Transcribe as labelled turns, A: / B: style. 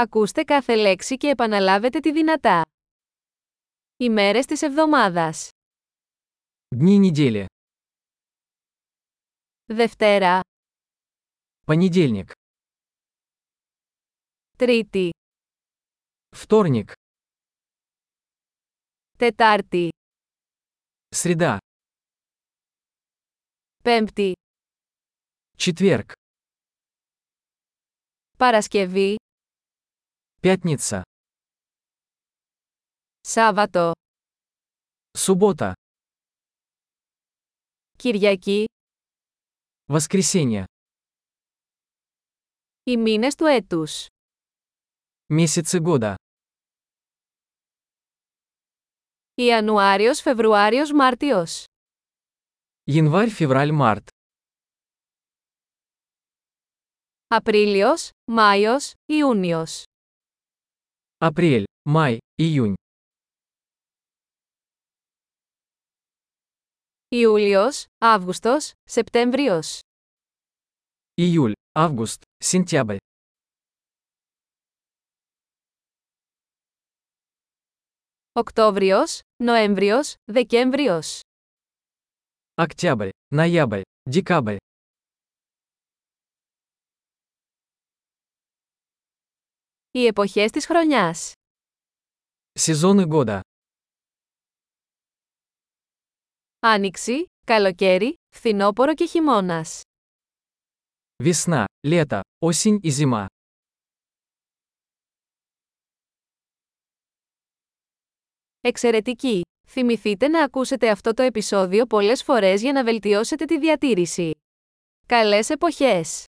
A: Ακούστε κάθε λέξη και επαναλάβετε τη δυνατά. Ημέρες της εβδομάδας.
B: Дни недели.
A: Δευτέρα,
B: Понедельник.
A: Τρίτη,
B: Вторник.
A: Τετάρτη,
B: Среда.
A: Πέμπτη,
B: Четверг.
A: Παρασκευή,
B: Пятница.
A: Σάββατο,
B: Суббота.
A: Κυριακή,
B: Воскресенье.
A: οι μήνες του έτους.
B: Месяцы года.
A: Ιανουάριος, Φεβρουάριος, Μάρτιος.
B: Январь, февраль, март.
A: Απρίλιος, Μάιος, Ιούνιος.
B: Апрель, май, июнь.
A: Ιούλιος, Αύγουστος, Σεπτέμβριος.
B: Июль, август, сентябрь.
A: Οκτώβριος, Νοέμβριος, Δεκέμβριος.
B: Октябрь, ноябрь, декабрь.
A: Οι εποχές της χρονιάς.
B: Сезоны года.
A: Άνοιξη, καλοκαίρι, φθινόπωρο και χειμώνας.
B: Весна, лето, осень и зима.
A: Εξαιρετική! Θυμηθείτε να ακούσετε αυτό το επεισόδιο πολλές φορές για να βελτιώσετε τη διατήρηση. Καλές εποχές!